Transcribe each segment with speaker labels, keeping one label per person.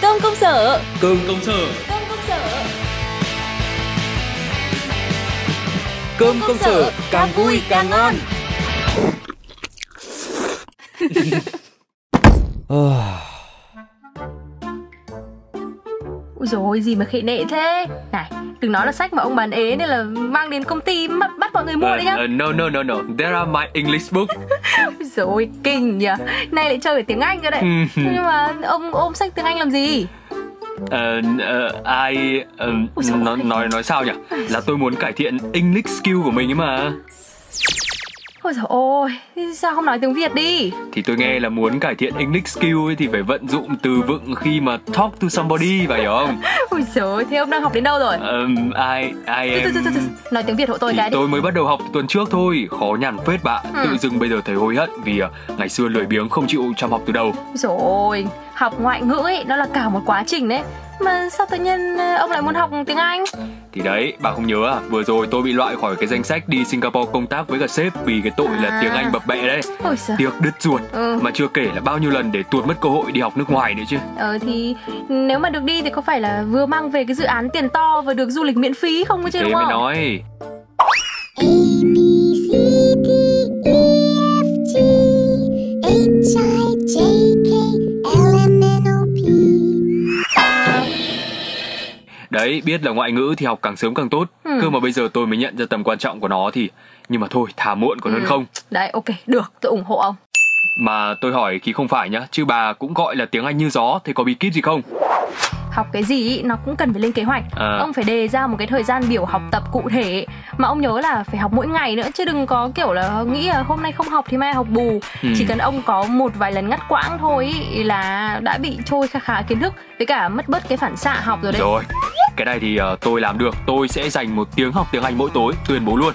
Speaker 1: sở
Speaker 2: cơm công sở
Speaker 1: cơm công sở
Speaker 2: cơm công sở càng vui càng ngon
Speaker 3: Ôi dồi, gì mà khệ nệ thế Này, đừng nói là sách mà ông bán ế Nên là mang đến công ty bắt, bắt mọi người mua Vâng, đấy nhá
Speaker 2: Uh, uh, no no no no there are my English book Uh,
Speaker 3: Ôi dồi, kinh nhỉ Nay lại chơi ở tiếng Anh rồi đấy Thế Nhưng mà ông ôm sách tiếng Anh làm gì
Speaker 2: Ờ, ờ, ai ờ,
Speaker 3: Ôi dồi
Speaker 2: nói
Speaker 3: ôi.
Speaker 2: nói nói sao nhỉ là tôi muốn cải thiện English skill của mình ấy mà
Speaker 3: Ôi dồi ôi, thế sao không nói tiếng Việt đi
Speaker 2: thì tôi nghe là muốn cải thiện English skill ấy thì phải vận dụng từ vựng khi mà talk to somebody phải không
Speaker 3: Ôi dồi, thế ông đang học đến đâu rồi
Speaker 2: Ờm, ai ai
Speaker 3: Thôi,
Speaker 2: em
Speaker 3: thôi, thôi, thôi, thôi, Nói tiếng Việt hộ tôi
Speaker 2: thì
Speaker 3: cái đi
Speaker 2: tôi mới bắt đầu học tuần trước thôi khó nhằn phết bạn
Speaker 3: Ừ.
Speaker 2: tự dưng bây giờ thấy hối hận vì ờ, ngày xưa lười biếng không chịu chăm học từ đầu
Speaker 3: Ôi dồi ôi, học ngoại ngữ ấy Nó là cả một quá trình đấy mà sao tự nhiên ờ, ông lại muốn học tiếng Anh?
Speaker 2: Thì đấy, bà không nhớ à? Vừa rồi tôi bị loại khỏi cái danh sách đi Singapore công tác với cả sếp vì cái tội là
Speaker 3: À.
Speaker 2: tiếng Anh bập bẹ đấy.
Speaker 3: Ôi giời.
Speaker 2: Tiếc đứt ruột.
Speaker 3: Ừ.
Speaker 2: Mà chưa kể là bao nhiêu lần để tuột mất cơ hội đi học nước ngoài nữa chứ.
Speaker 3: Ờ thì nếu mà được đi thì có phải là vừa mang về cái dự án tiền to và được du lịch miễn phí không ấy chứ
Speaker 2: Thế
Speaker 3: đúng
Speaker 2: mới
Speaker 3: không?
Speaker 2: nói.
Speaker 4: A B C D E F G H I J K L M N O P
Speaker 2: Đấy, biết là ngoại ngữ thì học càng sớm càng tốt.
Speaker 3: Ừ.
Speaker 2: Cơ mà bây giờ tôi mới nhận ra tầm quan trọng của nó thì nhưng mà thôi, thà muộn còn hơn
Speaker 3: Ừ.
Speaker 2: không.
Speaker 3: Đấy ok, được, tôi ủng hộ ông.
Speaker 2: Mà tôi hỏi khi không phải nhá, chứ bà cũng gọi là tiếng Anh như gió thì có bí kíp gì không?
Speaker 3: Học cái gì ý, nó cũng cần phải lên kế hoạch.
Speaker 2: À.
Speaker 3: Ông phải đề ra một cái thời gian biểu học tập cụ thể ý. mà ông nhớ là phải học mỗi ngày nữa chứ đừng có kiểu là nghĩ là hôm nay không học thì mai học bù.
Speaker 2: Ừ.
Speaker 3: Chỉ cần ông có một vài lần ngắt quãng thôi ý, là đã bị trôi khá khá kiến thức với cả mất bớt cái phản xạ học rồi đấy.
Speaker 2: Rồi, cái này thì ờ, tôi làm được. Tôi sẽ dành một tiếng học tiếng Anh mỗi tối, tuyên bố luôn.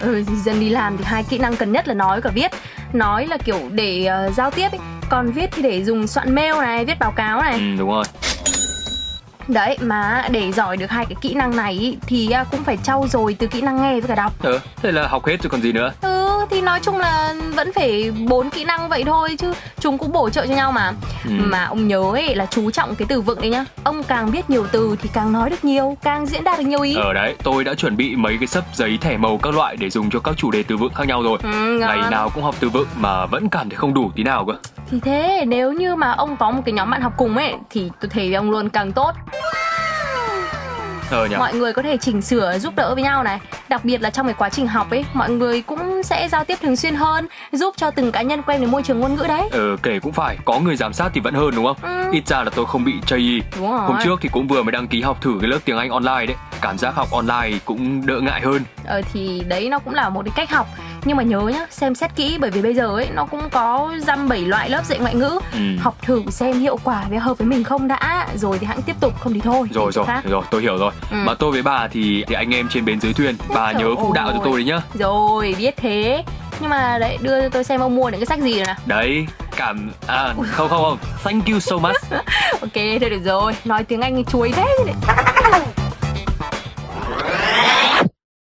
Speaker 3: Ừ, dần đi làm thì hai kỹ năng cần nhất là nói và viết Nói là kiểu để ờ, giao tiếp ấy. Còn viết thì để dùng soạn mail này, viết báo cáo
Speaker 2: Ừ,
Speaker 3: này
Speaker 2: đúng rồi.
Speaker 3: Đấy, mà để giỏi được hai cái kỹ năng này ý, thì ờ, cũng phải trau dồi từ kỹ năng nghe với cả đọc
Speaker 2: Ờ, thế là học hết rồi còn gì nữa.
Speaker 3: Ừ, thì nói chung là vẫn phải bốn kỹ năng vậy thôi chứ Chúng cũng bổ trợ cho nhau mà
Speaker 2: Ừ.
Speaker 3: Mà ông nhớ ấy là chú trọng cái từ vựng đấy nhá Ông càng biết nhiều từ thì càng nói được nhiều, càng diễn đạt được nhiều ý
Speaker 2: Ở Ờ, đấy, tôi đã chuẩn bị mấy cái sấp giấy thẻ màu các loại để dùng cho các chủ đề từ vựng khác nhau rồi.
Speaker 3: Ừ, ngon.
Speaker 2: Ngày nào cũng học từ vựng mà vẫn cảm thấy không đủ tí nào cơ.
Speaker 3: Thì thế, nếu như mà ông có một cái nhóm bạn học cùng ấy Thì tôi thấy ông luôn càng tốt
Speaker 2: Ờ nhỉ.
Speaker 3: Mọi người có thể chỉnh sửa, giúp đỡ với nhau này Đặc biệt là trong cái quá trình học ấy Mọi người cũng sẽ giao tiếp thường xuyên hơn Giúp cho từng cá nhân quen với môi trường ngôn ngữ đấy
Speaker 2: Ờ kể cũng phải, có người giám sát thì vẫn hơn đúng không?
Speaker 3: Ừ.
Speaker 2: Ít ra là tôi không bị chây y.
Speaker 3: Đúng rồi
Speaker 2: Hôm trước thì cũng vừa mới đăng ký học thử cái lớp tiếng Anh online đấy. Cảm giác học online cũng đỡ ngại hơn.
Speaker 3: ờ, Thì đấy nó cũng là một cái cách học Nhưng mà nhớ nhá, xem xét kỹ Bởi vì bây giờ ấy, nó cũng có dăm bảy loại lớp dạy ngoại ngữ
Speaker 2: Ừ.
Speaker 3: Học thử xem hiệu quả với hợp với mình không đã Rồi thì hãng tiếp tục, không thì thôi
Speaker 2: Rồi
Speaker 3: Tìm
Speaker 2: rồi,
Speaker 3: khác.
Speaker 2: rồi tôi hiểu rồi.
Speaker 3: Ừ.
Speaker 2: Mà tôi với bà thì, thì anh em trên bến dưới thuyền, bà
Speaker 3: trời
Speaker 2: nhớ phụ đạo cho
Speaker 3: ơi.
Speaker 2: tôi đấy nhá.
Speaker 3: Rồi, biết thế Nhưng mà đấy, đưa cho tôi xem ông mua những cái sách gì rồi nè
Speaker 2: Đấy, cảm à không không không. Thank you so much.
Speaker 3: Ok, thôi được rồi, nói tiếng Anh chuối thế chứ đấy